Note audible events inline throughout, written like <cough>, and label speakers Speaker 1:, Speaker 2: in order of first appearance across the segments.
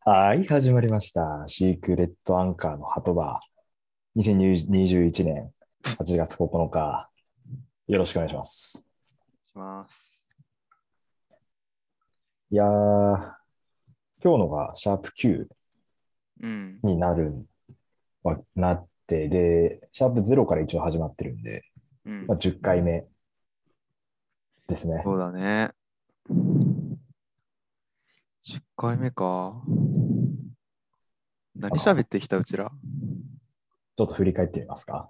Speaker 1: はい、始まりました。シークレットアンカーの鳩場。2021年8月9日。よろしくお願いします。
Speaker 2: します
Speaker 1: いやー、今日のがシャープ9になる、うん、なって、で、シャープ0から一応始まってるんで、うん、まあ、10回目ですね。
Speaker 2: そうだね。10回目か。何喋ってきたうちら
Speaker 1: ちょっと振り返ってみますか。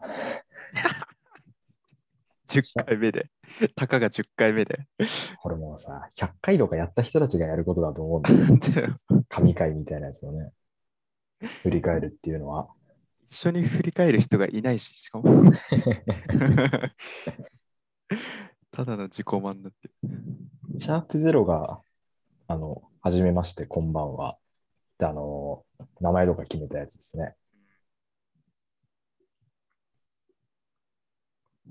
Speaker 2: 10回目で。たかが10回目で。
Speaker 1: これもうさ、100回とかやった人たちがやることだと思うんだよ。神回みたいなやつをね、振り返るっていうのは。
Speaker 2: 一緒に振り返る人がいないし、しかも。ただの自己満だって。
Speaker 1: シャープゼロが、あの、はじめまして、こんばんは。で、あの、名前とか決めたやつですね。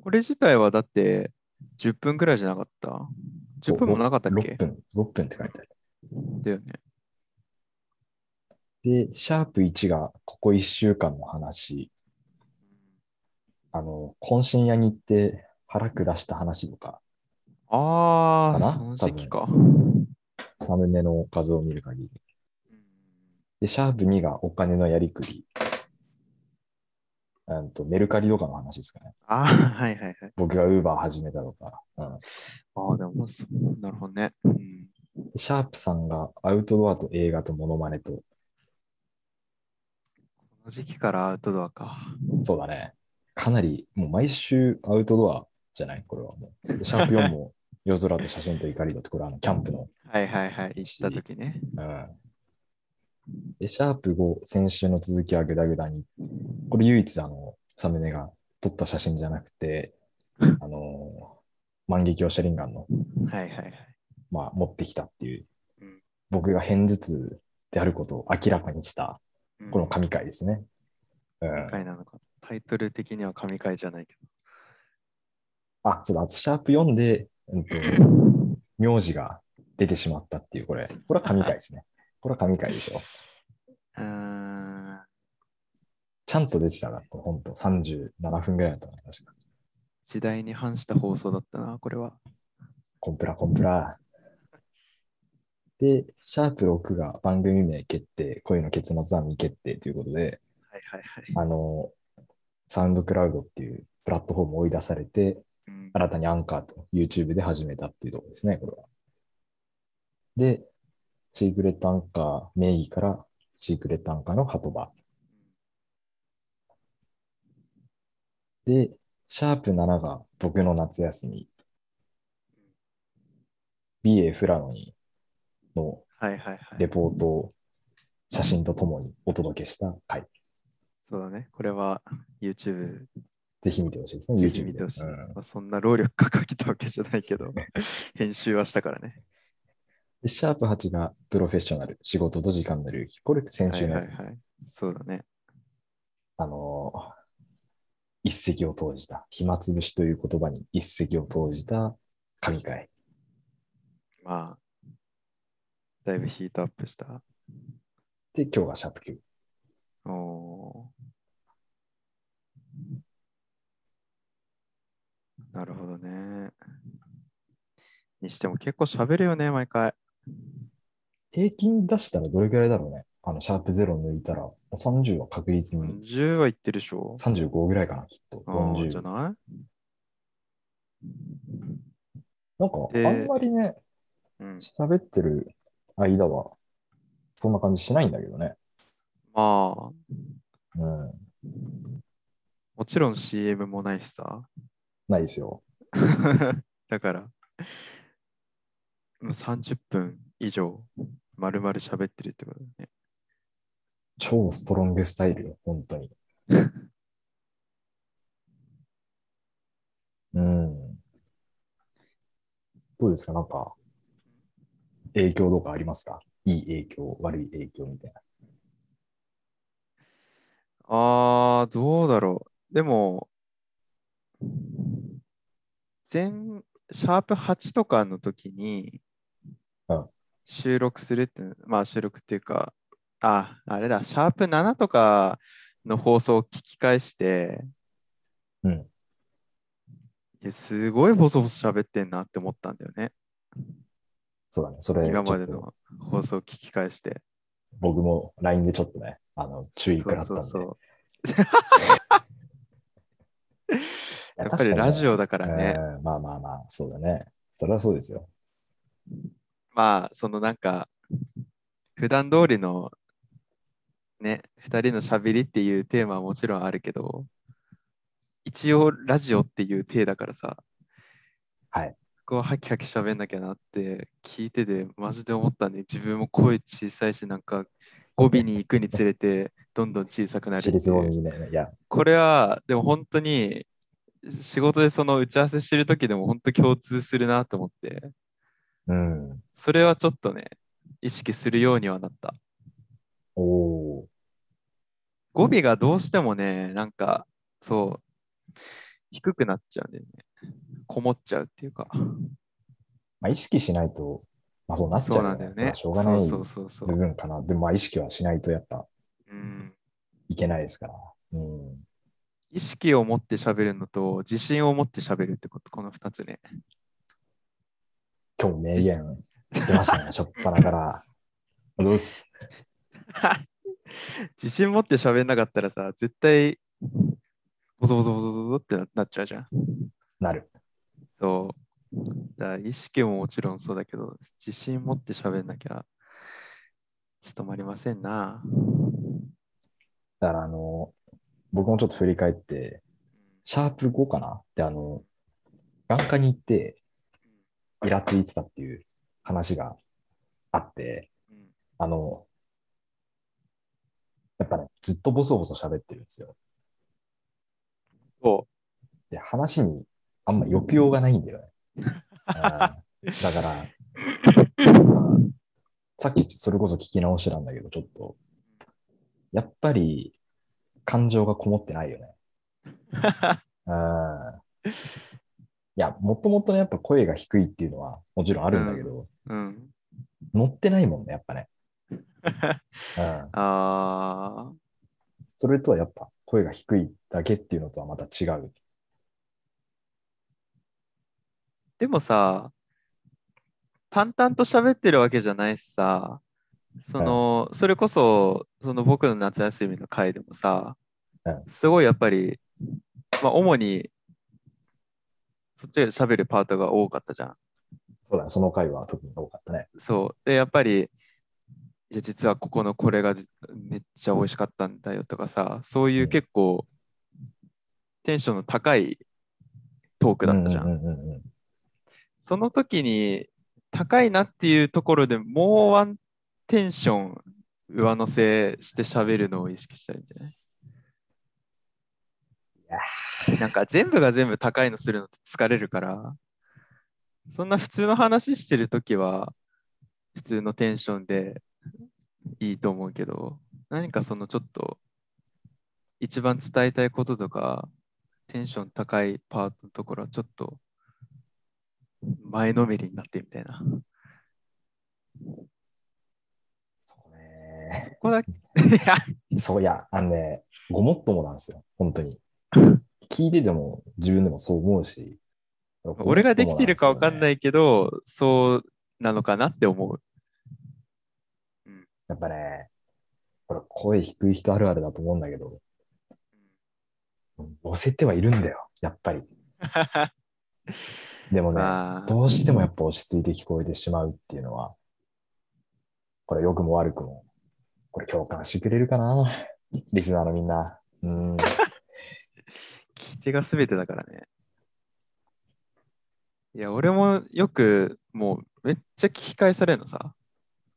Speaker 2: これ自体はだって10分くらいじゃなかった ?10 分もなかったっけ
Speaker 1: ?6 分、6分って書いてある。
Speaker 2: だよ
Speaker 1: ね。で、シャープ1がここ1週間の話。あの、懇親屋に行って腹下した話とか。
Speaker 2: ああ、その時期か。
Speaker 1: サムネの画像を見る限り。で、シャープ2がお金のやりくり。うんと、メルカリとかの話ですかね。
Speaker 2: ああ、はいはいはい。
Speaker 1: 僕がウーバー始めたとか。うん、あ
Speaker 2: あ、でもそう、なるほどね、うん。
Speaker 1: シャープさんがアウトドアと映画とモノマネと。こ
Speaker 2: の時期からアウトドアか。
Speaker 1: そうだね。かなり、もう毎週アウトドアじゃないこれはもう。シャープ4も夜空と写真と怒りだって、これはあのキャンプの。
Speaker 2: はいはいはい、行った時ね。
Speaker 1: うん。で、シャープ5、先週の続きはグダグダに。これ唯一、あの、サムネが撮った写真じゃなくて、あの、万華鏡シャリンガンの、
Speaker 2: はいはいはい。
Speaker 1: まあ、持ってきたっていう、僕が片頭痛であることを明らかにした、この神回ですね。
Speaker 2: うん。回なのか。タイトル的には神回じゃないけ
Speaker 1: ど。あ、そうだ、シャープ4で、うんと、名字が出てしまったっていう、これ、これは神回ですね。これは神回でしょ。
Speaker 2: あ
Speaker 1: ちゃんと出てたな、これ本当37分ぐらいだったな、確か。
Speaker 2: 時代に反した放送だったな、これは。
Speaker 1: コンプラ、コンプラ。で、シャープ6が番組名決定、恋の結末は未決定ということで、
Speaker 2: はいはいはい、
Speaker 1: あの、サウンドクラウドっていうプラットフォームを追い出されて、うん、新たにアンカーと YouTube で始めたっていうところですね、これは。で、シークレットアンカー名義からシークレットアンカーの鳩場。で、シャープ7が僕の夏休み。BA フラノにのレポートを写真とともにお届けした回。
Speaker 2: そうだね。これは YouTube。
Speaker 1: ぜひ見てほしいですね。
Speaker 2: ぜひ見てほしい。うん、まあ、そんな労力かかけたわけじゃないけど、編集はしたからね。
Speaker 1: シャープ8がプロフェッショナル、仕事と時間の領域。これって先週のやつです、はいはいはい、
Speaker 2: そうだね。
Speaker 1: あの一石を投じた、暇つぶしという言葉に一石を投じた神回。
Speaker 2: まあ、だいぶヒートアップした。
Speaker 1: で、今日がシャープ
Speaker 2: 9。おなるほどね。にしても結構喋るよね、毎回。
Speaker 1: 平均出したらどれぐらいだろうね。あの、シャープゼロ抜いたら、30は確実に。
Speaker 2: 10はいってるでしょ。
Speaker 1: 35ぐらいかな、きっと。
Speaker 2: 40じゃない
Speaker 1: なんか、あんまりね、喋、うん、ってる間は、そんな感じしないんだけどね。
Speaker 2: まあ。
Speaker 1: うん。
Speaker 2: もちろん CM もないしさ。 <laughs>
Speaker 1: ないですよ。
Speaker 2: だから。もう30分以上、まるまる喋ってるってことだね。
Speaker 1: 超ストロングスタイルよ、本
Speaker 2: <laughs>
Speaker 1: 当に。うん。どうですか、なんか、影響とかありますかいい影響、悪い影響みたいな。
Speaker 2: あー、どうだろう。でも、全、シャープ8とかの時に、収録するって、まあ収録っていうか、あ、あれだ、シャープ7とかの放送を聞き返して、
Speaker 1: うん。
Speaker 2: いやすごいボソボソ喋ってんなって思ったんだよね。
Speaker 1: そうだね。それ、
Speaker 2: 今まで
Speaker 1: ちょっと
Speaker 2: の放送を聞き返して。
Speaker 1: 僕も LINE でちょっとね、あの、注意
Speaker 2: そ
Speaker 1: 食ら
Speaker 2: う
Speaker 1: ったん
Speaker 2: そ
Speaker 1: で。
Speaker 2: うそう。
Speaker 1: い
Speaker 2: やっぱりラジオだからね。。
Speaker 1: うんまあまあまあ、そうだね。それはそうですよ。
Speaker 2: まあ、そのなんか、普段通りのね、2人のしゃべりっていうテーマはもちろんあるけど、一応ラジオっていう体だからさ、
Speaker 1: はい。
Speaker 2: こうハキハキしゃべんなきゃなって聞いてて、マジで思ったね。自分も声小さいし、なんか語尾に行くにつれて、どんどん小さくなるって
Speaker 1: 私
Speaker 2: い
Speaker 1: 立
Speaker 2: う
Speaker 1: 語にね、いや、
Speaker 2: これはでも本当に仕事でその打ち合わせしてる時でも本当共通するなと思って
Speaker 1: うん。
Speaker 2: それはちょっとね意識するようにはなった
Speaker 1: おお
Speaker 2: 語尾がどうしてもねなんかそう低くなっちゃうんだよねこもっちゃうっていうか
Speaker 1: まあ、意識しないと、まあそうなっちゃ
Speaker 2: そう
Speaker 1: う
Speaker 2: なんだよね
Speaker 1: まあしょうがない
Speaker 2: そう
Speaker 1: 部
Speaker 2: そうそうそう
Speaker 1: 分かな。でもまあ意識はしないとやっぱ
Speaker 2: うん
Speaker 1: いけないですから。うん。
Speaker 2: 意識を持って喋るのと自信を持って喋るってことこの2つね
Speaker 1: 今日名言出ま
Speaker 2: <laughs>
Speaker 1: したね、しょっぱなから。あどうす。
Speaker 2: 自信持って喋んなかったらさ、絶対、ボソボソボソボソってななっちゃうじゃん。
Speaker 1: なる。
Speaker 2: そう。だから意識ももちろんそうだけど、自信持って喋んなきゃ、務まりませんな。
Speaker 1: だからあの、僕もちょっと振り返って、シャープ5かなってあの、眼科に行って、イラついてたっていう話があって、
Speaker 2: うん
Speaker 1: あの、やっぱね、ずっとボソボソ喋ってるんですよ。
Speaker 2: そ
Speaker 1: で、話にあんま抑揚がないんだよね。うんだから、さっきそれこそ聞き直してたんだけど、ちょっと、やっぱり感情がこもってないよね。
Speaker 2: う。
Speaker 1: うんいや、もともとね、やっぱ声が低いっていうのはもちろんあるんだけど、
Speaker 2: <laughs> うん。
Speaker 1: 乗ってないもんね、やっぱね。うん、
Speaker 2: あー
Speaker 1: それとはやっぱ声が低いだけっていうのとはまた違う。
Speaker 2: でもさ、淡々と喋ってるわけじゃないしさ、その、それこそ、その僕の夏休みの回でもさ
Speaker 1: うん、
Speaker 2: すごいやっぱり、まあ、主に、そっちで喋るパートが多かったじゃん。
Speaker 1: そうだね、その回は特に多かったね。
Speaker 2: そう。で、やっぱり、いや、実はここのこれがじめっちゃ美味しかったんだよとかさ、そういう結構、テンションの高いトークだったじゃ
Speaker 1: う。
Speaker 2: ん
Speaker 1: んうんうんうん
Speaker 2: その時に高いなっていうところでもうワンテンション上乗せして喋るのを意識したらいいんじゃないなんか全部が全部高いのするのって疲れるから、そんな普通の話してる時は普通のテンションでいいと思うけど、何かそのちょっと一番伝えたいこととか、テンション高いパートのところはちょっと前のめりになってみたいな。
Speaker 1: そうね。
Speaker 2: そこだけ。いや
Speaker 1: そういや、あのね、ごもっともなんですよ、本当
Speaker 2: <laughs>
Speaker 1: に。聞いてても自分でもそう思うし。。
Speaker 2: 俺ができてるか分かんないいけど、そうなのかなって思う。
Speaker 1: やっぱね、これ声低い人あるあるだと思うんだけど、乗せてはいるんだよ、やっぱり。でもね、
Speaker 2: <laughs> まあ、
Speaker 1: どうしてもやっぱ落ち着いて聞こえてしまうっていうのは、これ良くも悪くも、これ共感してくれるかなリスナーのみんな。うん。
Speaker 2: 聞き手が全てだからね。いや、俺もよく、もうめっちゃ聞き返されるのさ。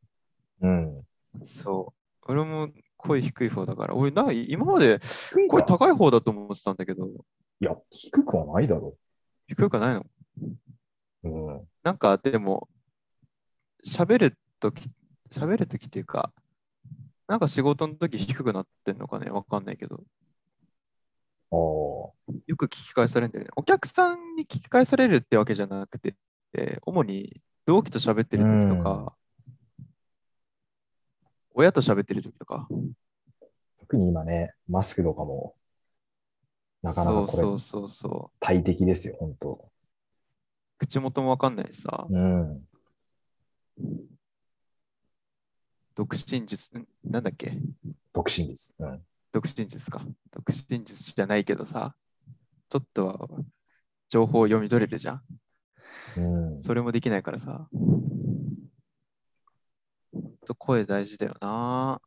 Speaker 2: <laughs>
Speaker 1: うん。
Speaker 2: そう。俺も声低い方だから、俺なんか今まで声高い方だと思ってたんだけど、
Speaker 1: いや、低くはないだろ
Speaker 2: 低くはないの
Speaker 1: う。うん。
Speaker 2: なんかでも、喋るとき、喋るときっていうか、なんか仕事のとき低くなってんのかね、わかんないけど、
Speaker 1: お
Speaker 2: よく聞き返されるんだよね。お客さんに聞き返されるってわけじゃなくて、えー主に同期と喋ってるときとか、親と喋ってる時とか。
Speaker 1: 特に今ね、マスクとかも、なかなかこ
Speaker 2: そ
Speaker 1: れ
Speaker 2: うそうそうそう。
Speaker 1: 大敵ですよ、本当。
Speaker 2: 口元もわかんないしさ、
Speaker 1: うん。
Speaker 2: 独身術、んなんだっけ
Speaker 1: 独身です。うん。
Speaker 2: 独身術か。独身術じゃないけどさ、ちょっとは情報を読み取れるじゃん。
Speaker 1: うん、
Speaker 2: それもできないからさ。ほんと声大事だよな。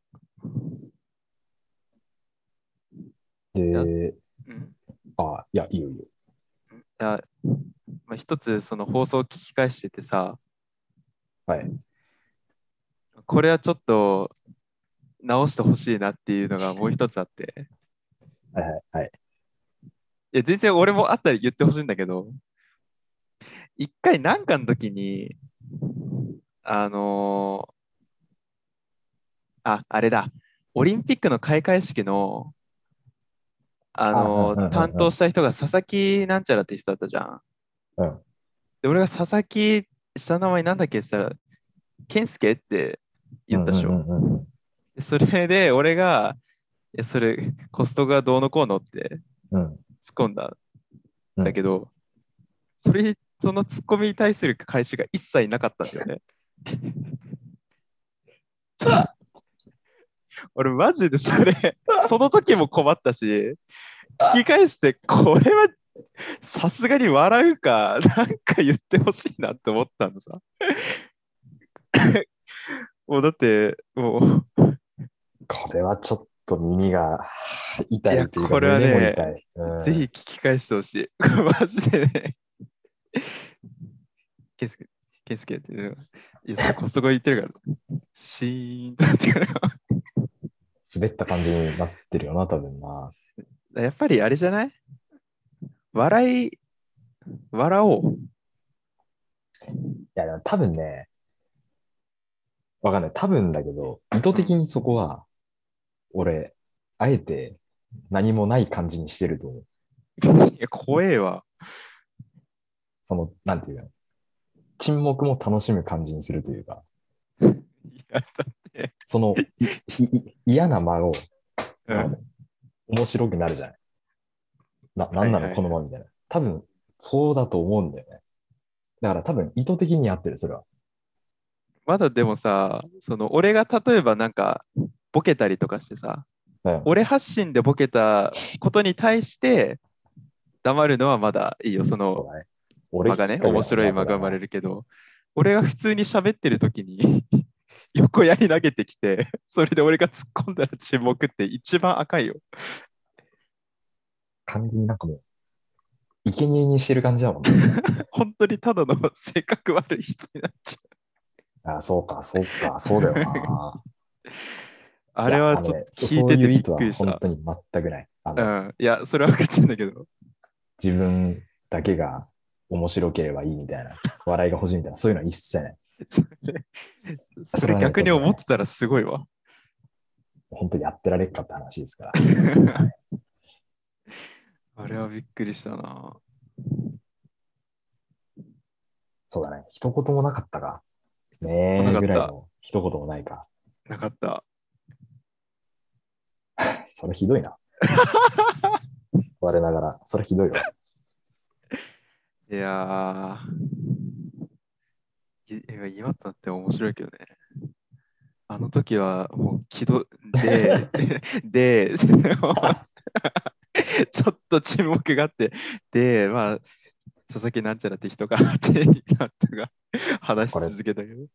Speaker 1: で、
Speaker 2: うん
Speaker 1: あ、いや、いいよいいよ。
Speaker 2: いや、まあ、一つその放送を聞き返しててさ、
Speaker 1: はい。
Speaker 2: これはちょっと直してほしいなっていうのがもう一つあって、
Speaker 1: はいはいはい。
Speaker 2: いや全然俺もあったら言ってほしいんだけど、一回なんかの時に、あのーあ、あれだ、オリンピックの開会式の、あのー
Speaker 1: あうんうんうんうん
Speaker 2: 担当した人が佐々木なんちゃらって人だったじゃん。
Speaker 1: うん。
Speaker 2: で、俺が佐々木、下の名前なんだっけって言ったら、健介って言ったでしょ。
Speaker 1: うんうんうんうん
Speaker 2: でそれで、俺が、いやそれ、コストがどうのこうのって
Speaker 1: うん。
Speaker 2: 突っ込んだんだけど、それ、その突っ込みに対する返しが一切なかったんだよね。そう俺、マジでそれ、その時も困ったし、聞き返して、これは、さすがに笑うか、なんか言ってほしいなって思ったのさ。もうだって、もう、
Speaker 1: これはちょっと耳が痛
Speaker 2: い
Speaker 1: い
Speaker 2: や
Speaker 1: というか、
Speaker 2: これはね
Speaker 1: 胸も痛い。うん
Speaker 2: ぜひ聞き返してほしい。 <laughs> これマジでね。ケンスケ、ケンスケっていうのが。いや、それコストコ言ってるから。シーンとなってるか
Speaker 1: 滑った感じになってるよな、多分な。
Speaker 2: ら。やっぱりあれじゃない笑い、笑おう。
Speaker 1: いや、でも多分ね、わかんない。多分だけど、意図的にそこは、俺、あえて何もない感じにしてると思う。
Speaker 2: いや、怖えわ。
Speaker 1: その、なんていうの沈黙も楽しむ感じにするというか、
Speaker 2: いや
Speaker 1: その、いいい嫌な間を、
Speaker 2: だうん
Speaker 1: 面白くなるじゃない。な、なんな
Speaker 2: はいはい
Speaker 1: のこの間みたいな。多分、そうだと思うんだよね。だから多分、意図的にやってる、それは。
Speaker 2: まだでもさ、その俺が例えばなんか、ボケたりとかしてさ、
Speaker 1: うん
Speaker 2: 俺発信でボケたことに対して、黙るのはまだいいよ。その、
Speaker 1: そうだね。俺
Speaker 2: 間が
Speaker 1: 引
Speaker 2: ね
Speaker 1: っ、かけた
Speaker 2: 面白い間が生まれるけど、俺が普通に喋ってる時に <laughs> 横やり投げてきて、それで俺が突っ込んだら沈黙って一番赤いよ。
Speaker 1: 完全になんかもう、生贄にしてる感じだもんね。
Speaker 2: 本当にただの性格悪い人になっちゃう。
Speaker 1: <laughs> あそうか、そうか、そう
Speaker 2: <laughs>
Speaker 1: だよな。
Speaker 2: あれはちょっと聞いててびっくりし
Speaker 1: そういう意図は本。
Speaker 2: た
Speaker 1: 当に全くない。あ
Speaker 2: う
Speaker 1: の
Speaker 2: ん、いや、それは分かってんだけ
Speaker 1: <laughs>
Speaker 2: ど、
Speaker 1: 自分だけが面白ければいいみたいな、笑いが欲しいみたいな、そういうのは一切ない。
Speaker 2: それそれ逆に思ってたらすごい
Speaker 1: <laughs>
Speaker 2: わ。
Speaker 1: 本当にやってられっかって話ですから。
Speaker 2: あれはびっくりしたな。
Speaker 1: そうだね。一言もなかったか。ね
Speaker 2: なかっ
Speaker 1: え、
Speaker 2: た
Speaker 1: ぐらいの一言もないか。
Speaker 2: なかった。
Speaker 1: それひどい
Speaker 2: <laughs>
Speaker 1: な。我ながら、それひどいわ。
Speaker 2: いやー、い今今となっては面白いけどね。あの時はもう気ど、で、で、ちょっと沈黙があって、で、まあ、佐々木なんちゃらって人があって、なんとか話し続けたけど。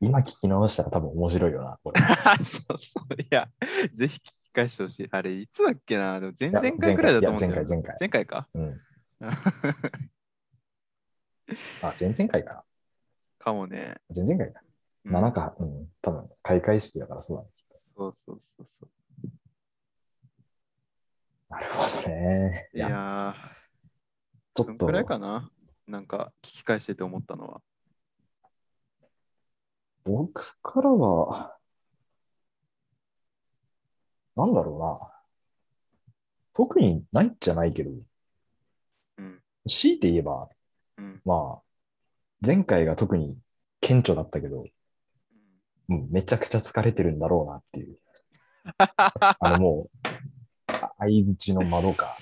Speaker 1: 今聞き直したら多分面白いよな、これ。
Speaker 2: そうそう、いや、ぜひ聞き返してほしい。あれ、いつだっけなでも前
Speaker 1: いや
Speaker 2: 々回くらいだと思うんだ
Speaker 1: 前
Speaker 2: よ
Speaker 1: 回、いや
Speaker 2: ね。
Speaker 1: 前回、
Speaker 2: 前回か。
Speaker 1: 前回。うん。あ、前々回かな。
Speaker 2: かもね。
Speaker 1: 前々回か。
Speaker 2: うん
Speaker 1: 7か、うん、多分、開会式だからそうだね。
Speaker 2: そうそうそうそう。
Speaker 1: なるほどね。
Speaker 2: い
Speaker 1: い
Speaker 2: や
Speaker 1: や、
Speaker 2: ー、
Speaker 1: ちょ
Speaker 2: そ
Speaker 1: っ
Speaker 2: ん
Speaker 1: と
Speaker 2: くらいかななんか聞き返してて思ったのは。
Speaker 1: 僕からは、なんだろうな。特にないっちゃないけど、
Speaker 2: うん。
Speaker 1: 強いて言えば、
Speaker 2: うん。
Speaker 1: まあ、前回が特に顕著だったけど、うん、めちゃくちゃ疲れてるんだろうなって
Speaker 2: <laughs>
Speaker 1: いう。あのもう、あ相づちの窓か。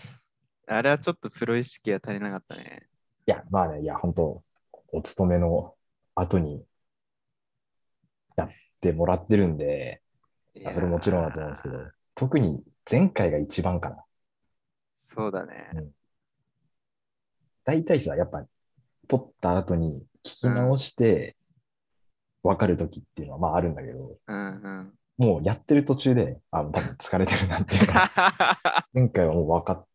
Speaker 2: あれはちょっとプロ意識が足りなかったね。
Speaker 1: いや、まあね、いや、本当お勤めの後にやってもらってるんで、
Speaker 2: い
Speaker 1: い
Speaker 2: や
Speaker 1: や
Speaker 2: ー
Speaker 1: それもちろんだと思うんですけど、特に前回が一番かな。
Speaker 2: そうだね。
Speaker 1: 大体さ、やっぱ、撮った後に聞き直して、分かる時っていうのはまああるんだけど、
Speaker 2: うんうん。 <laughs>
Speaker 1: もうやってる途中で、あの、多分疲れてるなって
Speaker 2: <laughs>
Speaker 1: いうのは前回はもう分かっ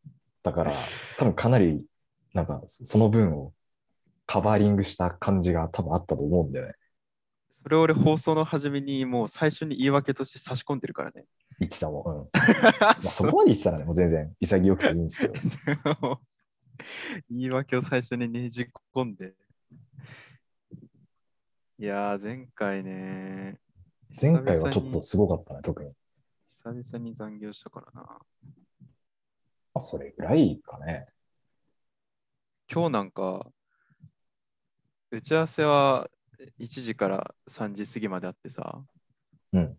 Speaker 1: たから、多分かなり、なんか、その分をカバーリングした感じが多分あったと思うんだよね。
Speaker 2: それ俺放送の初めにもう最初に言い訳として差し込んでるからね。
Speaker 1: 一さんも。うん。まあ、そ
Speaker 2: <laughs>
Speaker 1: こまで言ってたらね、もう全然潔くていいんですけど。
Speaker 2: 言い訳を最初にねじ込んで。いやー、前回ね。
Speaker 1: 前回はちょっと
Speaker 2: 久
Speaker 1: すごかったね、特に。
Speaker 2: 々に久々に残業したからな。
Speaker 1: まあ、それぐらいかね。
Speaker 2: 今日なんか、打ち合わせは1時から3時過ぎまであってさ。
Speaker 1: うん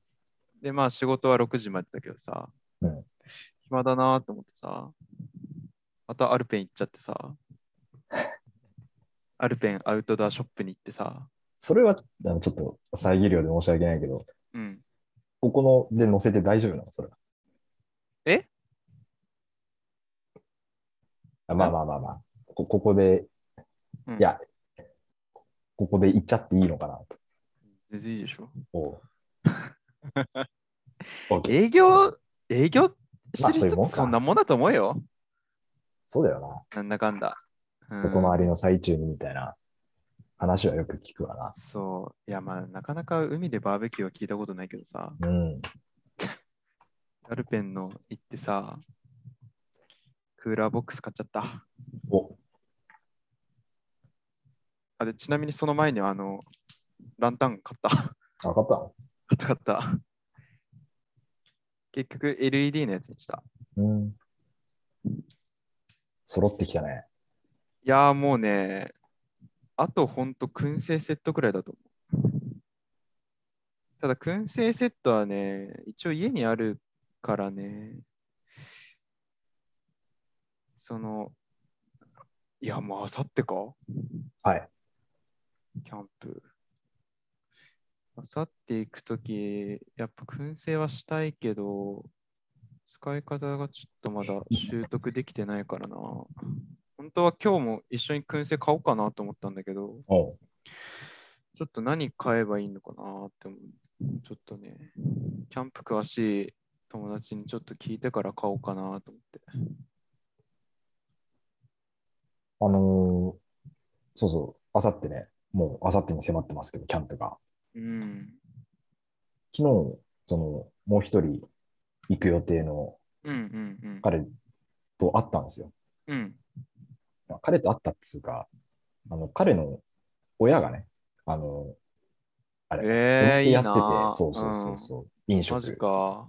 Speaker 2: で、まあ仕事は6時までだけどさ。
Speaker 1: うん
Speaker 2: 暇だなと思ってさ。またアルペン行っちゃって
Speaker 1: <laughs>
Speaker 2: さ。アルペンアウトドアショップに行ってさ。
Speaker 1: それは、あのちょっと遮るようで申し訳ないけど、
Speaker 2: うん。
Speaker 1: ここので載せて大丈夫なのそれは。
Speaker 2: え
Speaker 1: あまあまあまあまあ。こここで、
Speaker 2: うん
Speaker 1: いや、ここで行っちゃっていいのかなと。
Speaker 2: 全然いいでしょ。 <laughs>
Speaker 1: おう OK
Speaker 2: 営業、営業し
Speaker 1: ま
Speaker 2: て
Speaker 1: あそう
Speaker 2: る
Speaker 1: いう
Speaker 2: 人
Speaker 1: も
Speaker 2: っ
Speaker 1: ん
Speaker 2: て
Speaker 1: か
Speaker 2: そんなもんだと思うよ。
Speaker 1: そうだよ
Speaker 2: なんだかんだ。う
Speaker 1: な。
Speaker 2: ん
Speaker 1: 外回りの最中にみたいな話はよく聞くわな。
Speaker 2: そう。いや、まあ、なかなか海でバーベキューは聞いたことないけどさ、
Speaker 1: うん。
Speaker 2: アルペンの行ってさ、クーラーボックス買っちゃった。
Speaker 1: お、
Speaker 2: あでちなみにその前にはあの、ランタン買った。買
Speaker 1: わかったの
Speaker 2: った買った。結局 LED のやつにした。
Speaker 1: うん。揃ってきたね。
Speaker 2: いやーもうね、あとほんと燻製セットくらいだと思う。ただ燻製セットはね、一応家にあるからね、その、いやもうあさってか
Speaker 1: はい。
Speaker 2: キャンプ。あさって行くとき、やっぱ燻製はしたいけど、使い方がちょっとまだ習得できてないからな。本当は今日も一緒に燻製買おうかなと思ったんだけど、
Speaker 1: おう
Speaker 2: ちょっと何買えばいいのかなって思う。ちょっとね、キャンプ詳しい友達にちょっと聞いてから買おうかなと思って。
Speaker 1: あのーそうそう、あさってね、もうあさってに迫ってますけど、キャンプが。
Speaker 2: うん。
Speaker 1: 昨日、その、もう一人行く予定の
Speaker 2: うんうんうん。
Speaker 1: 彼と会ったんですよ。
Speaker 2: うん。
Speaker 1: まあ彼と会ったっつうか、あの、彼の親がね、あの、あれ、お
Speaker 2: えー、
Speaker 1: 店
Speaker 2: いい
Speaker 1: や
Speaker 2: な
Speaker 1: ってて、
Speaker 2: ー
Speaker 1: そうそうそうそう、飲
Speaker 2: うん。マジ
Speaker 1: 食。
Speaker 2: か。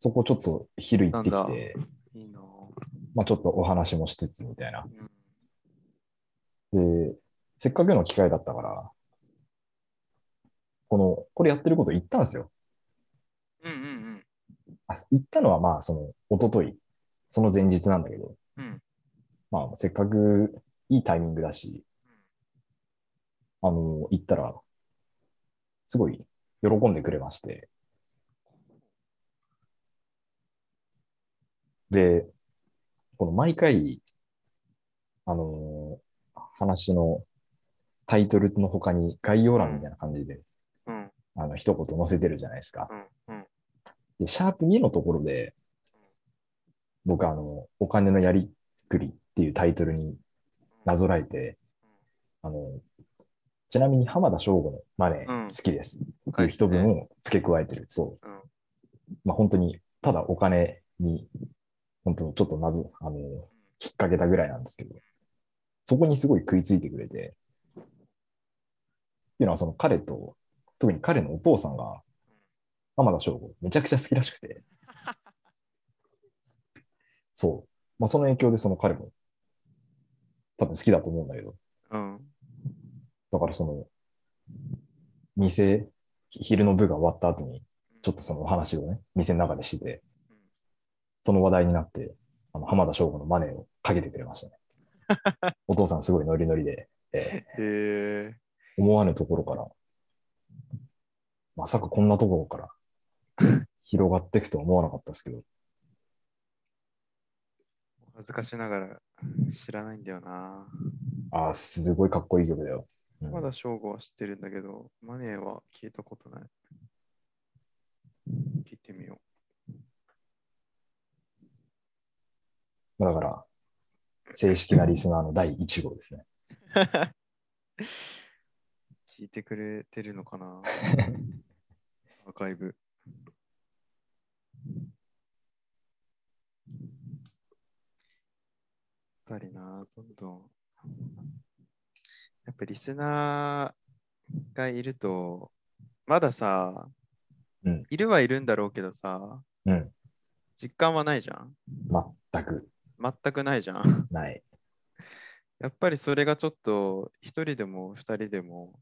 Speaker 1: そこちょっと昼行ってきて、
Speaker 2: いいなー
Speaker 1: まあちょっとお話もしつつみたいな。
Speaker 2: うん
Speaker 1: で、せっかくの機会だったから、この、これやってること言ったんですよ。
Speaker 2: うんうん
Speaker 1: あ行ったのはまあ、その、おととい、その前日なんだけど、
Speaker 2: うん。うん。
Speaker 1: まあ、せっかくいいタイミングだし、あの、行ったら、すごい喜んでくれまして。で、この毎回、あの、話のタイトルの他に概要欄みたいな感じで、
Speaker 2: うん
Speaker 1: あの、一言載せてるじゃないですか
Speaker 2: う。んうん。
Speaker 1: で、シャープ2のところで、僕あの、お金のやりくりっていうタイトルになぞらえて、あの、ちなみに浜田省吾のマネ
Speaker 2: う
Speaker 1: ー
Speaker 2: ん
Speaker 1: 好きですって
Speaker 2: 書
Speaker 1: いう
Speaker 2: いて
Speaker 1: 一
Speaker 2: ね
Speaker 1: 文を付け加えてる。そう。
Speaker 2: うん
Speaker 1: まあ本当に、ただお金に、本当にちょっとなぞ、あの、引っ掛けたぐらいなんですけど、そこにすごい食いついてくれて、っていうのはその彼と、特に彼のお父さんが、浜田省吾、めちゃくちゃ好きらしく
Speaker 2: <laughs>
Speaker 1: て、そう。まあその影響でその彼も、多分好きだと思うんだけど、
Speaker 2: うん。
Speaker 1: だからその、店ひ昼の部が終わった後に、ちょっとそのお話をね、店の中でして、その話題になって、あの浜田省吾のマネーをかけてくれましたね。
Speaker 2: <laughs>
Speaker 1: お父さんすごいノリノリで、え
Speaker 2: へえ。
Speaker 1: ー思わぬところから、まさかこんなところから広がっていくとは思わなかったですけ
Speaker 2: <laughs>
Speaker 1: ど、
Speaker 2: 恥ずかしながら知らないんだよな。
Speaker 1: ああ、すごいかっこいい曲だよ。うん
Speaker 2: まだ正吾は知ってるんだけど、マネーは聞いたことない。聞いてみよ
Speaker 1: まあだから、正式なリスナーの第1号ですね。
Speaker 2: う。聞いてくれてるの
Speaker 1: <laughs>
Speaker 2: かなアーカイブ。やっぱりな、どんどん。やっぱリスナーがいると、まださ、
Speaker 1: うん
Speaker 2: いるはいるんだろうけどさ、
Speaker 1: うん
Speaker 2: 実感はないじゃん。
Speaker 1: 全く
Speaker 2: 全くないじゃん。
Speaker 1: ない。
Speaker 2: やっぱりそれがちょっと、一人でも二人でも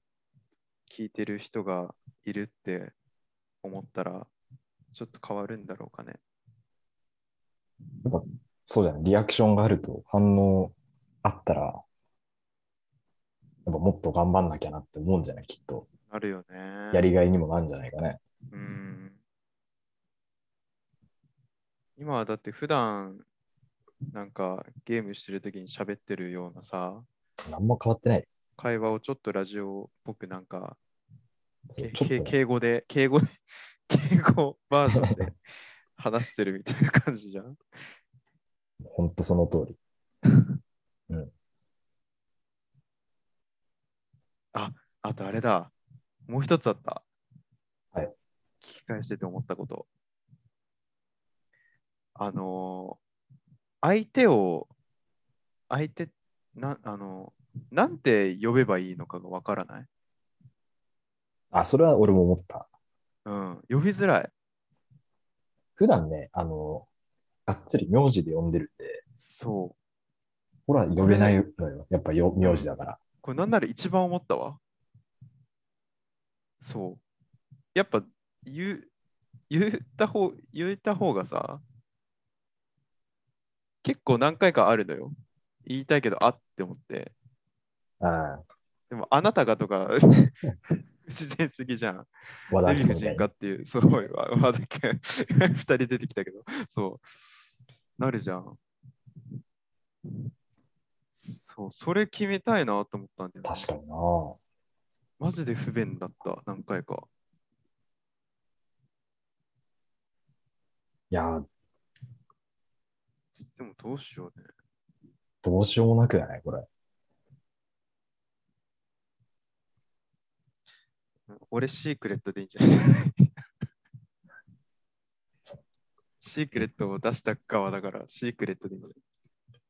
Speaker 2: 聞いてる人がいるって思ったら、ちょっと変わるんだろうかね。
Speaker 1: そうだね。リアクションがあると反応あったら、やっぱもっと頑張んなきゃなって思うんじゃないきっと。
Speaker 2: あるよね。
Speaker 1: やりがいにもなるんじゃないかね。
Speaker 2: うん今はだって普段なんかゲームしてる時に喋ってるようなさ
Speaker 1: 何も変わってない。
Speaker 2: 会話をちょっとラジオっぽくなんか
Speaker 1: そう
Speaker 2: け
Speaker 1: ちょっと
Speaker 2: け
Speaker 1: ね、
Speaker 2: 敬語で敬語で敬語バージ
Speaker 1: <laughs>
Speaker 2: ョンで話してるみたいな感じじゃん
Speaker 1: ほんとその通り。
Speaker 2: あとあれだもう一つあった
Speaker 1: はい
Speaker 2: 聞き返してて思ったことあのー相手を相手なあのなんて呼べばいいのかがわからない、
Speaker 1: あ、それは俺も思った。
Speaker 2: うん、呼びづらい
Speaker 1: 普段ね、あの、がっつり名字で呼んでるんで、
Speaker 2: そう
Speaker 1: ほら呼べないのよ。やっぱよ名字だから。
Speaker 2: これなんなら一番思ったわ。そう。やっぱ言う、言った方、言った方がさ、結構何回かあるのよ。言いたいけど、あって思って。
Speaker 1: あ
Speaker 2: でも、あなたが
Speaker 1: <laughs>
Speaker 2: とか、不自然すぎじゃん。
Speaker 1: あ、和田
Speaker 2: デ
Speaker 1: ア
Speaker 2: ヴ
Speaker 1: キ
Speaker 2: ィ
Speaker 1: 子みたい
Speaker 2: 夫人
Speaker 1: に
Speaker 2: かっていう、そう、わわだっけ、2人出てきたけど、そう、なるじゃん。そう、それ決めたいなと思ったんだよね、
Speaker 1: 確かになぁ。
Speaker 2: マジで不便だった、何回か。
Speaker 1: いやー、
Speaker 2: でもどうしようね。
Speaker 1: どうしようもなくないこれ。
Speaker 2: 俺、シークレットでいいんじゃ <laughs> ないシークレットを出した側だから、シークレットでいいんじゃない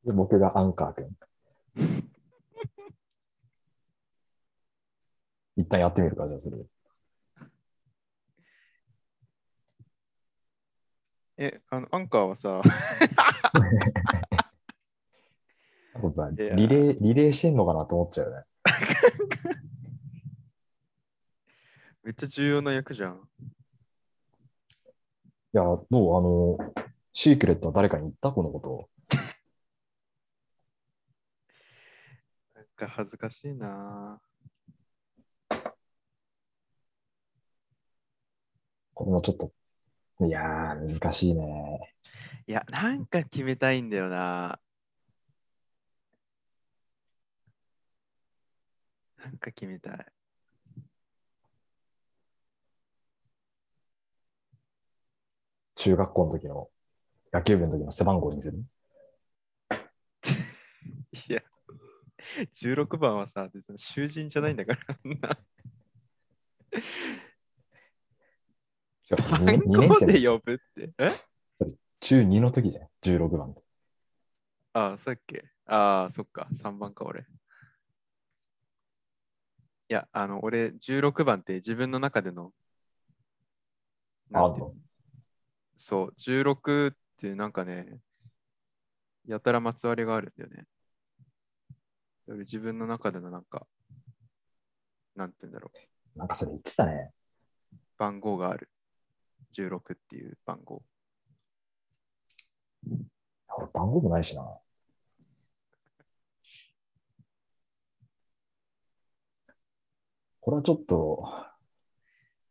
Speaker 1: で僕がアンカー
Speaker 2: <laughs>
Speaker 1: 君。一旦やってみるか、じゃあそれ。
Speaker 2: え、あの、アンカーはさ、
Speaker 1: 僕はい
Speaker 2: や
Speaker 1: リレー、リレーしてんのかなと思っちゃうよね。
Speaker 2: めっちゃ重要な役じゃん。
Speaker 1: いや、どうあの、シークレットは誰かに言ったこのことを。
Speaker 2: なんか恥ずかしいな
Speaker 1: これもちょっと、いやー、難しいね。
Speaker 2: ぁいや、なんか決めたいんだよなぁなんか決めたい。
Speaker 1: 中学校の時の、野球部の時の背番号にする。
Speaker 2: いや、16番はさ、別に囚人じゃないんだから、あんな
Speaker 1: しかも
Speaker 2: ハ
Speaker 1: 2年
Speaker 2: ン
Speaker 1: 二年
Speaker 2: コ
Speaker 1: 生の
Speaker 2: で
Speaker 1: 時、
Speaker 2: 呼ぶって。え
Speaker 1: 中2の時じゃん、16番。
Speaker 2: ああ、さっき。ああ、そっか。3番か、俺。いや、あの、俺、16番って自分の中での、な
Speaker 1: あ
Speaker 2: ん
Speaker 1: ん
Speaker 2: ていう
Speaker 1: の
Speaker 2: そう、16ってなんかね、やたらまつわりがあるんだよね。俺自分の中でのなんか、なんて言うんだろう。
Speaker 1: なんかそれ言ってたね。
Speaker 2: 番号がある。16っていう番号。
Speaker 1: 俺番号もないしな。これはちょっと、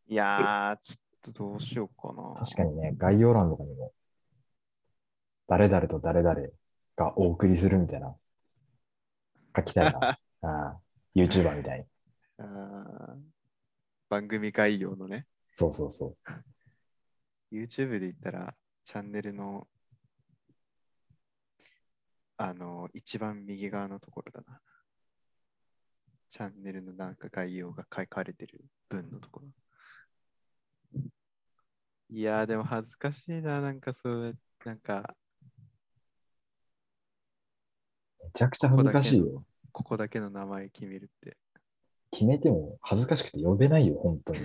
Speaker 2: いやー、ちょっとどうしようかな。
Speaker 1: 確かにね、概要欄とかにも、誰々と誰々がお送りするみたいな、書きたい
Speaker 2: <laughs>
Speaker 1: な。ああ YouTuber みたいに。
Speaker 2: あー番組概要のね、
Speaker 1: そうそうそう。
Speaker 2: YouTube で言ったら、チャンネルの、あの、一番右側のところだな。チャンネルのなんか概要が書かれてる文のところ。いやー、でも恥ずかしいな、なんかそうや、なんか、
Speaker 1: めちゃくちゃ恥ずかしいよ。
Speaker 2: ここだけの名前決めるって。
Speaker 1: 決めても恥ずかしくて呼べないよ、本当に。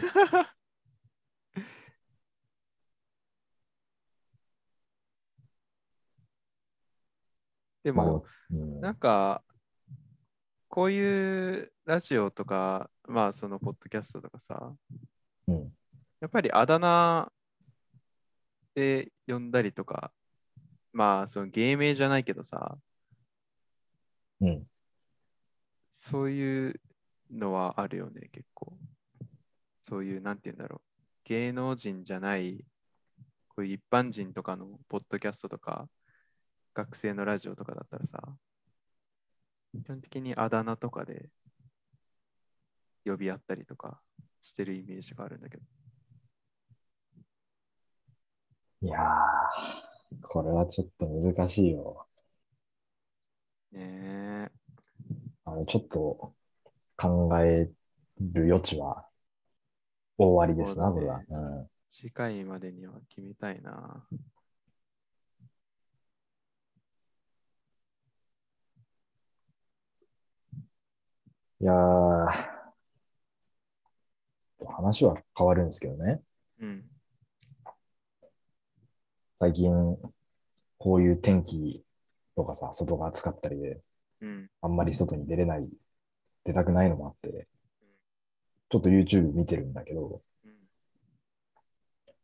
Speaker 2: で
Speaker 1: まあで
Speaker 2: <laughs> も
Speaker 1: も、うん
Speaker 2: なんか、こういうラジオとか、まあそのポッドキャストとかさ、
Speaker 1: うん
Speaker 2: やっぱりあだ名で呼んだりとか、まあその芸名じゃないけどさ、
Speaker 1: うん、
Speaker 2: そういうのはあるよね、結構。そういう、なんて言うんだろう。芸能人じゃない、こういう一般人とかのポッドキャストとか、学生のラジオとかだったらさ、基本的にあだ名とかで呼び合ったりとかしてるイメージがあるんだけど。
Speaker 1: いやー、これはちょっと難しいよ。
Speaker 2: ねえ。
Speaker 1: あのちょっと考える余地は終わりですな、
Speaker 2: そ
Speaker 1: こ
Speaker 2: う
Speaker 1: れ
Speaker 2: だ
Speaker 1: は
Speaker 2: ね。
Speaker 1: うん
Speaker 2: 次回までには決めたいな。
Speaker 1: いやー、話は変わるんですけどね。
Speaker 2: うん。
Speaker 1: 最近、こういう天気とかさ、外が暑かったりで、
Speaker 2: うん。
Speaker 1: あんまり外に出れない、出たくないのもあって、ちょっと YouTube 見てるんだけど、
Speaker 2: うん。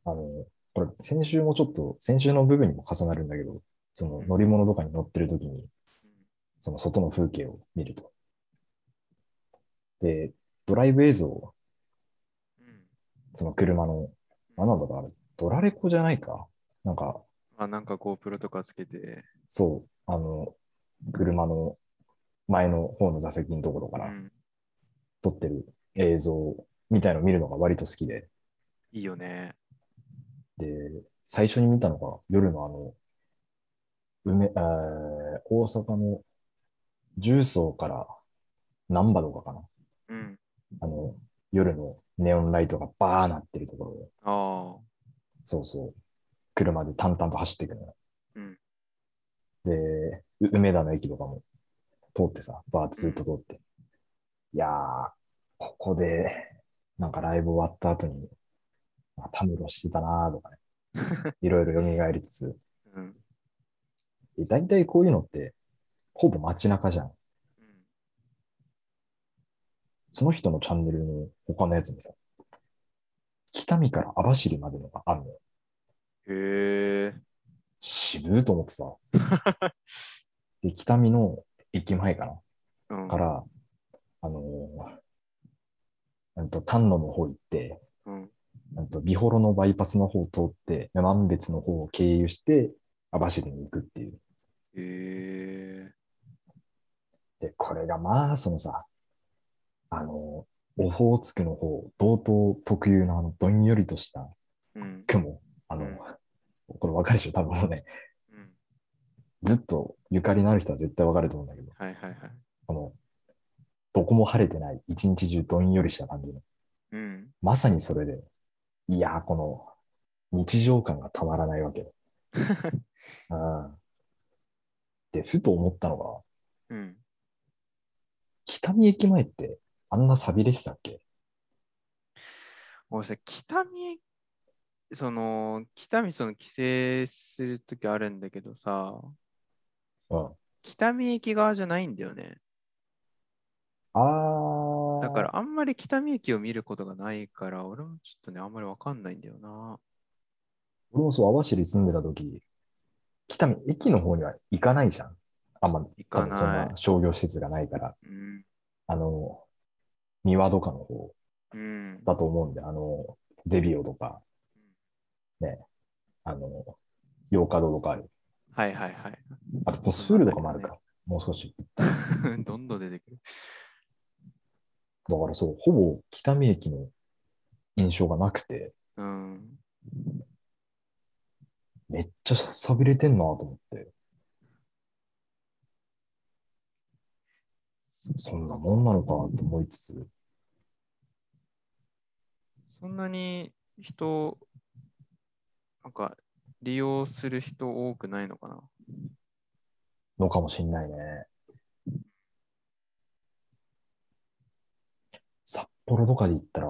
Speaker 1: あの、これ、先週もちょっと、先週の部分にも重なるんだけど、その乗り物とかに乗ってる時に、その外の風景を見ると。で、ドライブ映像を
Speaker 2: うん。
Speaker 1: その車の、あ、なんだろう、あれ、ドラレコじゃないか。なんか、
Speaker 2: まあなんか GoPro とかつけて。
Speaker 1: そう、あの、車の前の方の座席のところか
Speaker 2: う
Speaker 1: ら
Speaker 2: ん。
Speaker 1: 撮ってる映像みたいのを見るのが割と好きで、
Speaker 2: いいよね。
Speaker 1: で、最初に見たのが夜のあの、梅、えー大阪の重曹から難波とかかな。
Speaker 2: うん。
Speaker 1: あの、夜のネオンライトがバーなってるところで、
Speaker 2: ああ。
Speaker 1: そうそう、車で淡々と走っていくのよ。
Speaker 2: うん。
Speaker 1: で、う梅田の駅とかも通ってさ、バーずっと通って。いやー、ここで、なんかライブ終わった後に、あたむろしてたなーとか
Speaker 2: <laughs>
Speaker 1: ね、いろいろ蘇りつつ、
Speaker 2: うん。
Speaker 1: で大体こういうのって、ほぼ街中じゃん。
Speaker 2: うん
Speaker 1: その人のチャンネルの他のやつにさ、北見から網走までのがあるのよ。
Speaker 2: へえ。
Speaker 1: 渋ーと思って
Speaker 2: <laughs>
Speaker 1: さ。で、北見の駅前かな。
Speaker 2: うん
Speaker 1: か。ら、あのーうんと、丹野の方行って、
Speaker 2: うん。
Speaker 1: うんと、美幌のバイパスの方を通って、女満別の方を経由して、網走に行くっていう。
Speaker 2: へえ。
Speaker 1: で、これがまあ、そのさ、あのーオホーツクの方、道東特有のあの、どんよりとした
Speaker 2: うん。
Speaker 1: 雲、あの、これわかるでしょ多分ね、
Speaker 2: うん。
Speaker 1: ずっとゆかりのある人は絶対わかると思うんだけど、
Speaker 2: はいはいはい。
Speaker 1: この、どこも晴れてない、一日中どんよりした感じの
Speaker 2: うん。
Speaker 1: まさにそれで、いやー、この日常感がたまらないわけ
Speaker 2: <laughs>
Speaker 1: よ。うん、で、ふと思ったのが、
Speaker 2: うん。
Speaker 1: 北見駅前ってあんな寂れしさっけ
Speaker 2: 俺さ、北見、その、北見、その、帰省するときあるんだけどさ、
Speaker 1: うん。あ
Speaker 2: 北見駅側じゃないんだよね。
Speaker 1: あー、は。
Speaker 2: だか。らあんまり北見駅を見ることがないから、俺もちょっとね、あんまりわかんないんだよな。
Speaker 1: 俺もそう、網走住んでた時、北見駅の方には行かないじゃん。あんま、
Speaker 2: 行かない
Speaker 1: そんな商業施設がないから、
Speaker 2: うん。
Speaker 1: あの、三輪とかの方
Speaker 2: うん。
Speaker 1: だと思うんで、あの、ゼビオとか、ね、あの、洋華堂とかある。
Speaker 2: はいはいはい。 <laughs>
Speaker 1: あと、ポスフールとかもあるか。もう少し。
Speaker 2: どんどん出てくる。
Speaker 1: だからそう、ほぼ北見駅の印象がなくて、
Speaker 2: うん。
Speaker 1: めっちゃさびれてんなと思って、そんなもんなのかと思いつつ、
Speaker 2: そんなに人、なんか利用する人多くないのかな。
Speaker 1: のかもしんないね。札幌とかで行ったら、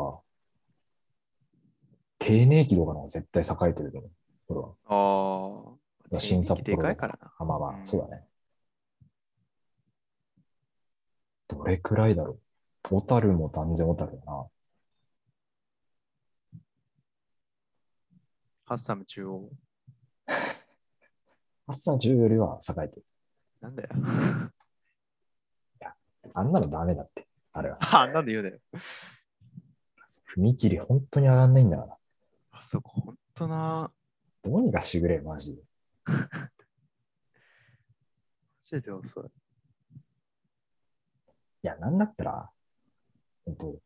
Speaker 1: 丁寧期とかの方が絶対栄えてると思う。これは。
Speaker 2: ああ。
Speaker 1: 新札幌
Speaker 2: でかいからな。
Speaker 1: あ、まあま
Speaker 2: う
Speaker 1: あ、
Speaker 2: ん
Speaker 1: そうだね。どれくらいだろう。小樽も断然小樽だな。
Speaker 2: ハッサム中央。
Speaker 1: 朝10よりは栄えてる。
Speaker 2: なんだ <laughs> よ。
Speaker 1: あんなのダメだって。あれは。
Speaker 2: あ、なんで言うだよ。
Speaker 1: 踏切本当に上がんないんだから。
Speaker 2: あそこ、ほんとな。
Speaker 1: どうにかしてくれ、マジで。
Speaker 2: マジで遅い。
Speaker 1: いや、なんだったら、ほんと、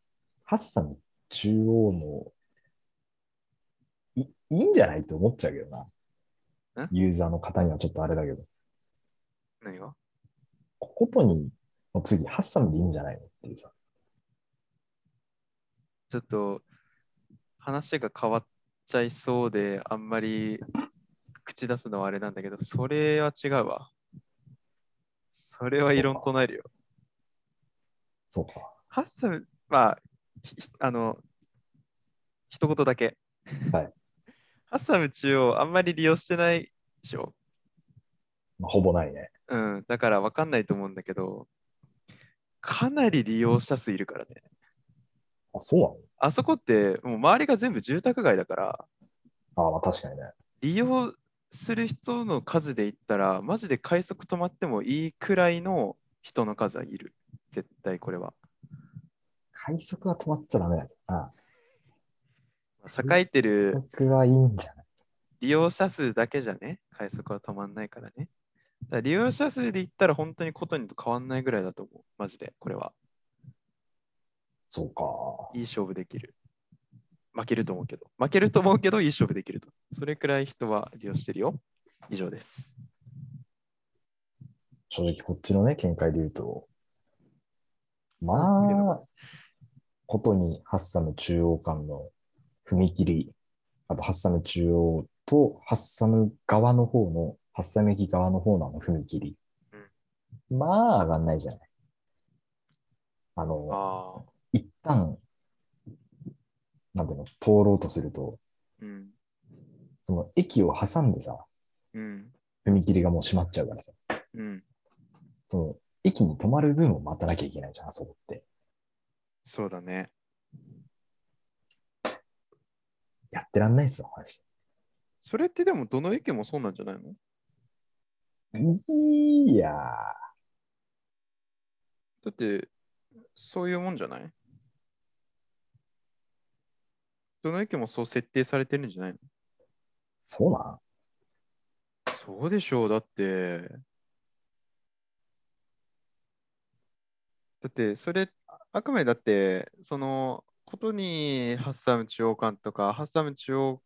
Speaker 1: ハッサン中央も、いいいんじゃないって思っちゃうけどな。
Speaker 2: ん
Speaker 1: ユーザーの方にはちょっとあれだけど、
Speaker 2: 何が
Speaker 1: こことに、の次、ハッサンでいいんじゃないのっていうさ。
Speaker 2: ちょっと話が変わっちゃいそうで、あんまり口出すのはあれなんだけど、それは違うわ。それは異論唱えるよ。
Speaker 1: そうか。
Speaker 2: ハッサム、まあ、ひあの、一言だけ。
Speaker 1: はい。
Speaker 2: <laughs> ハッサム中央、あんまり利用してないでしょ。
Speaker 1: まあ、ほぼないね。
Speaker 2: うん、だから分かんないと思うんだけど、かなり利用者数いるからね。
Speaker 1: あ、そ
Speaker 2: あそこって、もう周りが全部住宅街だから、
Speaker 1: うなのあ、まあ確かにね。
Speaker 2: 利用する人の数で言ったら、マジで快速止まってもいいくらいの人の数はいる。絶対これは。
Speaker 1: 快速は止まっちゃダメだけどな。
Speaker 2: 栄えてる
Speaker 1: 快速はいいんじゃない
Speaker 2: 利用者数だけじゃね、快速は止まんないからね。だから利用者数で言ったら本当にことにと変わんないぐらいだと思う。マジで、これは。
Speaker 1: そうか。
Speaker 2: いい勝負できる。負けると思うけど。負けると思うけど、いい勝負できると。それくらい人は利用してるよ。以上です。
Speaker 1: 正直こっちのね、見解で言うと、ま
Speaker 2: あすげえ
Speaker 1: あ
Speaker 2: な、
Speaker 1: ことにハッサム中央間の踏切、あとハッサム中央とハッサム側の方の、ハッサム駅側の方のあの踏切。まあ、上がんないじゃない。あの、
Speaker 2: ああ。
Speaker 1: 一旦、なんていうの、通ろうとすると、
Speaker 2: うん。
Speaker 1: その駅を挟んでさ、
Speaker 2: うん。
Speaker 1: 踏切がもう閉まっちゃうからさ、
Speaker 2: うん。
Speaker 1: その駅に止まる分を待たなきゃいけないじゃん、あそこって。
Speaker 2: そうだね。
Speaker 1: やってらんないっすよ、マジ
Speaker 2: それってでもどの駅もそうなんじゃないの
Speaker 1: で。いやー、
Speaker 2: だって、そういうもんじゃないどの駅もそう設定されてるんじゃないの
Speaker 1: そうなん
Speaker 2: そうでしょう、だって。だって、それ、ああくまでだって、その、ことにハッサム中央間とか、ハッサム中央、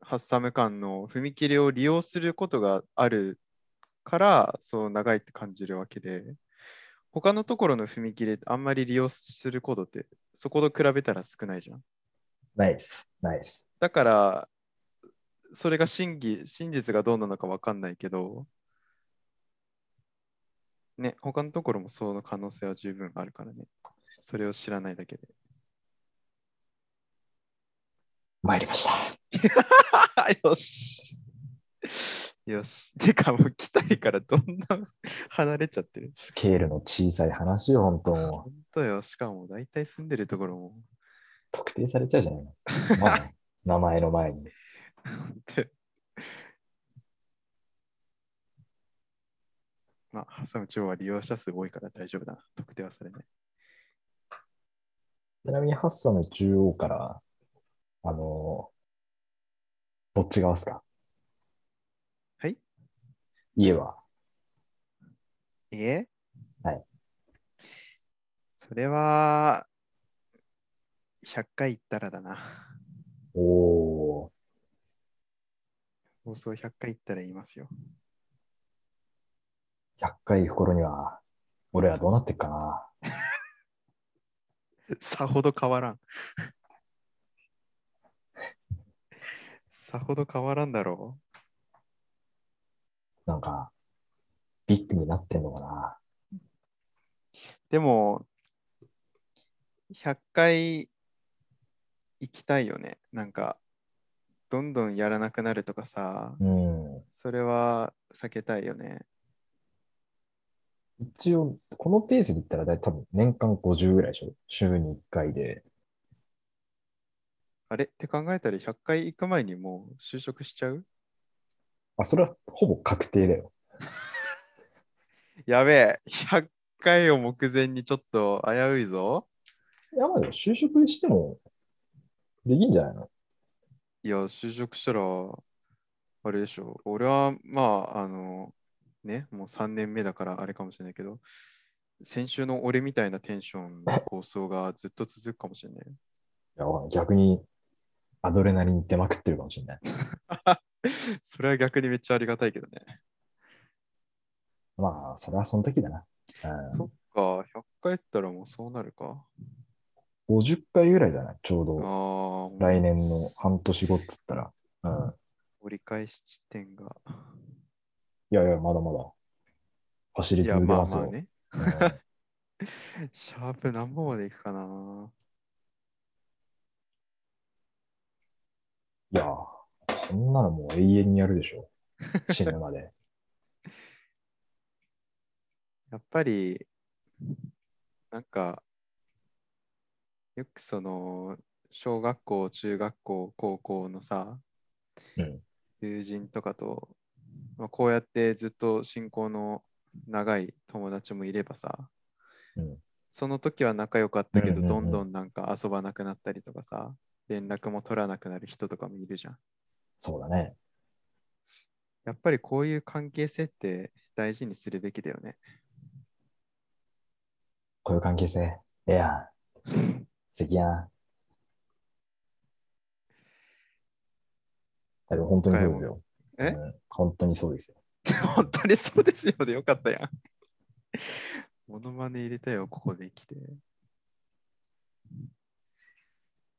Speaker 2: ハッサム間の踏切を利用することがあるから、そう長いって感じるわけで、他のところの踏切、あんまり利用することって、そこと比べたら少ないじゃん。
Speaker 1: ナイス、ナイス。
Speaker 2: だから、それが真偽、真実がどうなのかわかんないけど、ね、他のところもその可能性は十分あるからね。それを知らないだけ <laughs> で。
Speaker 1: 参りました。
Speaker 2: よし。よし。てかもう来たいからどんな離れちゃってる。
Speaker 1: スケールの小さい話よ、本当もう
Speaker 2: 本当よ。しかも大体住んでるところも。
Speaker 1: 特定されちゃうじゃないの。ま
Speaker 2: <laughs>
Speaker 1: あ、名前の前に。
Speaker 2: ってまあ、ハサム町は利用者数多いから大丈夫だな。特定はされない。
Speaker 1: ちなみに、ハッサの中央から、あの、どっち側ですか
Speaker 2: はい
Speaker 1: 家は。
Speaker 2: え
Speaker 1: はい。
Speaker 2: それは、100回行ったらだな。
Speaker 1: おお
Speaker 2: 放送100回行ったら言いますよ。 <laughs>
Speaker 1: ー、100回行く頃には、俺らどうなってっかな。
Speaker 2: さほど変わらん。 <laughs> さほど変わらんだろ
Speaker 1: なんか、ビッグになってんのかな。
Speaker 2: う。でも、100回行きたいよね。なんか、どんどんやらなくなるとかさ、
Speaker 1: うん。
Speaker 2: それは避けたいよね。
Speaker 1: 一応、このペースで言ったら、だい多分年間50ぐらいでしょ週に1回で。
Speaker 2: あれって考えたら100回行く前にもう就職しちゃう
Speaker 1: あ、それはほぼ確定だよ。
Speaker 2: やべえ、100回を目前にちょっと危ういぞ。
Speaker 1: いや、まあでも就職しても、できんじゃないの
Speaker 2: いや、就職したら、あれでしょ。俺は、まあ、あの、ね、もう3年目だからあれかもしれないけど、先週の俺みたいなテンションの構想がずっと続くかもしれない。 <laughs>
Speaker 1: いや、わかんない逆に、アドレナリン出まくってるかもしれない。
Speaker 2: それは逆にめっちゃありがたいけどね。
Speaker 1: まあ、それはその時だな。
Speaker 2: そっか、100回やったらもうそうなるか。
Speaker 1: うん、50回ぐらいじゃないちょう
Speaker 2: あ
Speaker 1: ど、
Speaker 2: あ、
Speaker 1: 来年の半年後っつったら。うん。
Speaker 2: 折り返し地点が。
Speaker 1: いやいや、まだまだ。走り
Speaker 2: いや、
Speaker 1: 続け
Speaker 2: まあ
Speaker 1: ます
Speaker 2: まあ
Speaker 1: よ。
Speaker 2: ね。
Speaker 1: うん
Speaker 2: シャープ何本までいくかな。
Speaker 1: いやー、こんなのもう永遠にやるでしょ。死ぬま
Speaker 2: <laughs>
Speaker 1: で。
Speaker 2: やっぱり、なんか、よくその、小学校、中学校、高校のさ、
Speaker 1: うん
Speaker 2: 友人とかと、まあ、こうやってずっと親交の長い友達もいればさ、
Speaker 1: うん
Speaker 2: その時は仲良かったけど、
Speaker 1: うんうんうん
Speaker 2: どんどんなんか遊ばなくなったりとかさ、連絡も取らなくなる人とかもいるじゃん。
Speaker 1: そうだね。
Speaker 2: やっぱりこういう関係性って大事にするべきだよね。
Speaker 1: こういう関係性。ええやん。素敵やん。でも本当にそうですよ。
Speaker 2: え
Speaker 1: うん本当にそうですよ。
Speaker 2: 本当にそうですよでよかったやん。モノマネ入れたよ、ここで来て。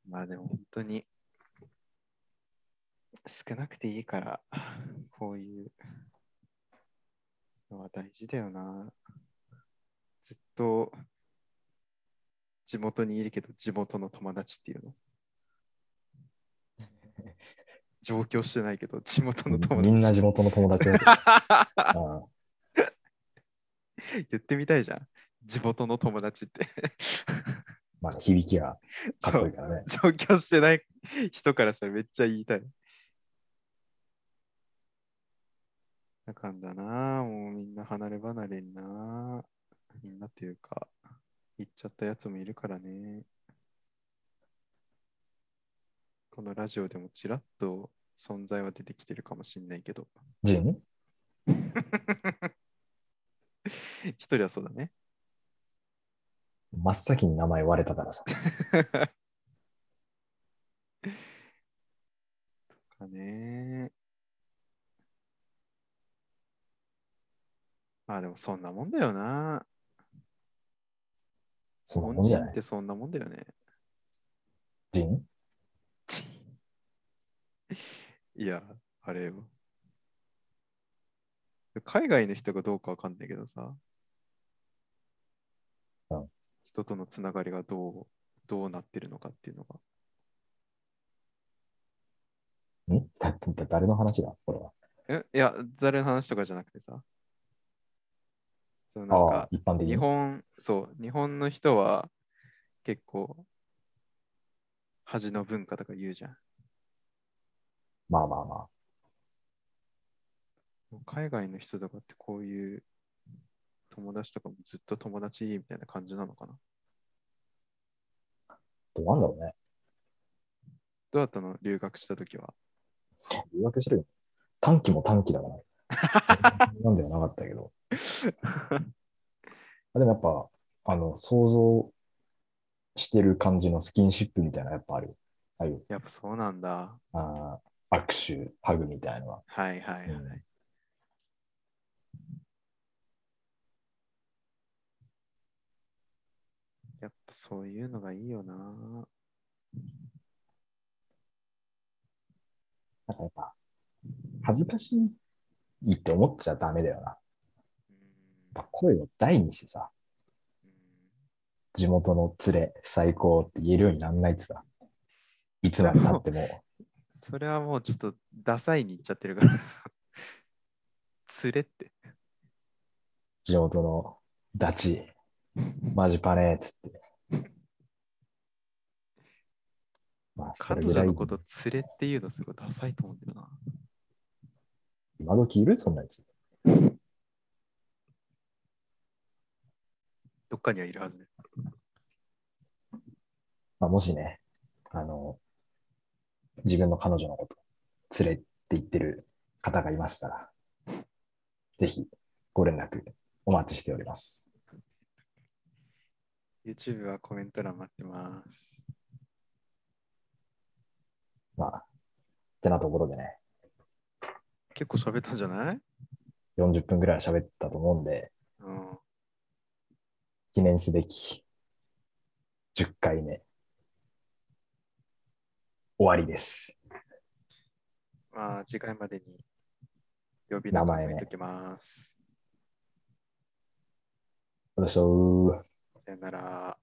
Speaker 2: まあでも本当に少なくていいから、こういうのは大事だよな。ずっと地元にいるけど地元の友達って
Speaker 1: <laughs>
Speaker 2: いうの。上京してないけど地元の友達。
Speaker 1: みん
Speaker 2: <laughs>
Speaker 1: な地元の友達だけどうん
Speaker 2: <laughs> 言ってみたいじゃん。地元の友達って。
Speaker 1: <laughs> まあ、響きがかっ
Speaker 2: そ。
Speaker 1: こいいうからね。
Speaker 2: 上京してない人からしたらめっちゃ言いたい。なんかんだなあもうみんな離れ離れになあみんなっていうか、行っちゃったやつもいるからね。このラジオでもちらっと存在は出てきてるかもしんないけど。 <laughs>
Speaker 1: ジン
Speaker 2: 一人はそうだね。
Speaker 1: 真っ先に名前割れたからさ。
Speaker 2: <laughs> とかね。まあでもそんなもんだよな。
Speaker 1: そんな
Speaker 2: 日本
Speaker 1: もんじ
Speaker 2: 人
Speaker 1: ゃな
Speaker 2: っ
Speaker 1: い
Speaker 2: てそんなもんだよね。
Speaker 1: ジン
Speaker 2: いや、あれよ。海外の人がどうかわかんないけどさ
Speaker 1: うん。
Speaker 2: 人とのつながりがどう、どうなってるのかっていうのが。
Speaker 1: んだだだ誰の話だこれは。
Speaker 2: えいや、誰の話とかじゃなくてさ。そうなん
Speaker 1: ああ
Speaker 2: か、
Speaker 1: 一般的
Speaker 2: 日
Speaker 1: に。
Speaker 2: 本、そう、日本の人は結構、恥の文化とか言うじゃん。
Speaker 1: まあまあまあ。
Speaker 2: 海外の人とかってこういう友達とかもずっと友達みたいな感じなのかな
Speaker 1: どうなんだろうね。
Speaker 2: どうだったの留学した時 <laughs> は。
Speaker 1: 言い訳してるよ。短期も短期だ
Speaker 2: <laughs>
Speaker 1: から。なんではなかったけど。あでもやっぱ、あの、想像してる感じのスキンシップみたいなのやっぱある。ああいう
Speaker 2: やっぱそうなんだ。
Speaker 1: あー握手、ハグみたいなのは。
Speaker 2: はいはいはい。
Speaker 1: うん
Speaker 2: やっぱそういうのがいいよな。
Speaker 1: なんかやっぱ、恥ずかしいって思っちゃダメだよな。やっ
Speaker 2: うん
Speaker 1: ぱ声を大にしてさ、地元の連れ、最高って言えるようになんないってさ、いつまで経って
Speaker 2: <laughs>
Speaker 1: も、
Speaker 2: それはもうちょっとダサいに行っちゃってるから。連れって。
Speaker 1: 地元のダチ、マジパネーっつって。まあ、それ
Speaker 2: 彼
Speaker 1: ぐら
Speaker 2: 女
Speaker 1: い
Speaker 2: の、こと連れっていうのすごいダサいと思うんだよな。
Speaker 1: 今時いるそんなやつ。
Speaker 2: どっかにはいるはずね。
Speaker 1: まあ、もしね、あの、自分の彼女のこと、連れって言ってる方がいましたら、ぜひご連絡お待ちしております。
Speaker 2: YouTube はコメント欄待ってます。
Speaker 1: まあ、ってなところでね、
Speaker 2: 結構喋ったんじゃない
Speaker 1: 40分ぐらい喋ったと思うんで、
Speaker 2: うん。
Speaker 1: 記念すべき10回目、終わりです。
Speaker 2: まあ、次回までに呼び名
Speaker 1: 名
Speaker 2: 考
Speaker 1: 前ね
Speaker 2: えときます。
Speaker 1: 私は
Speaker 2: さよなら。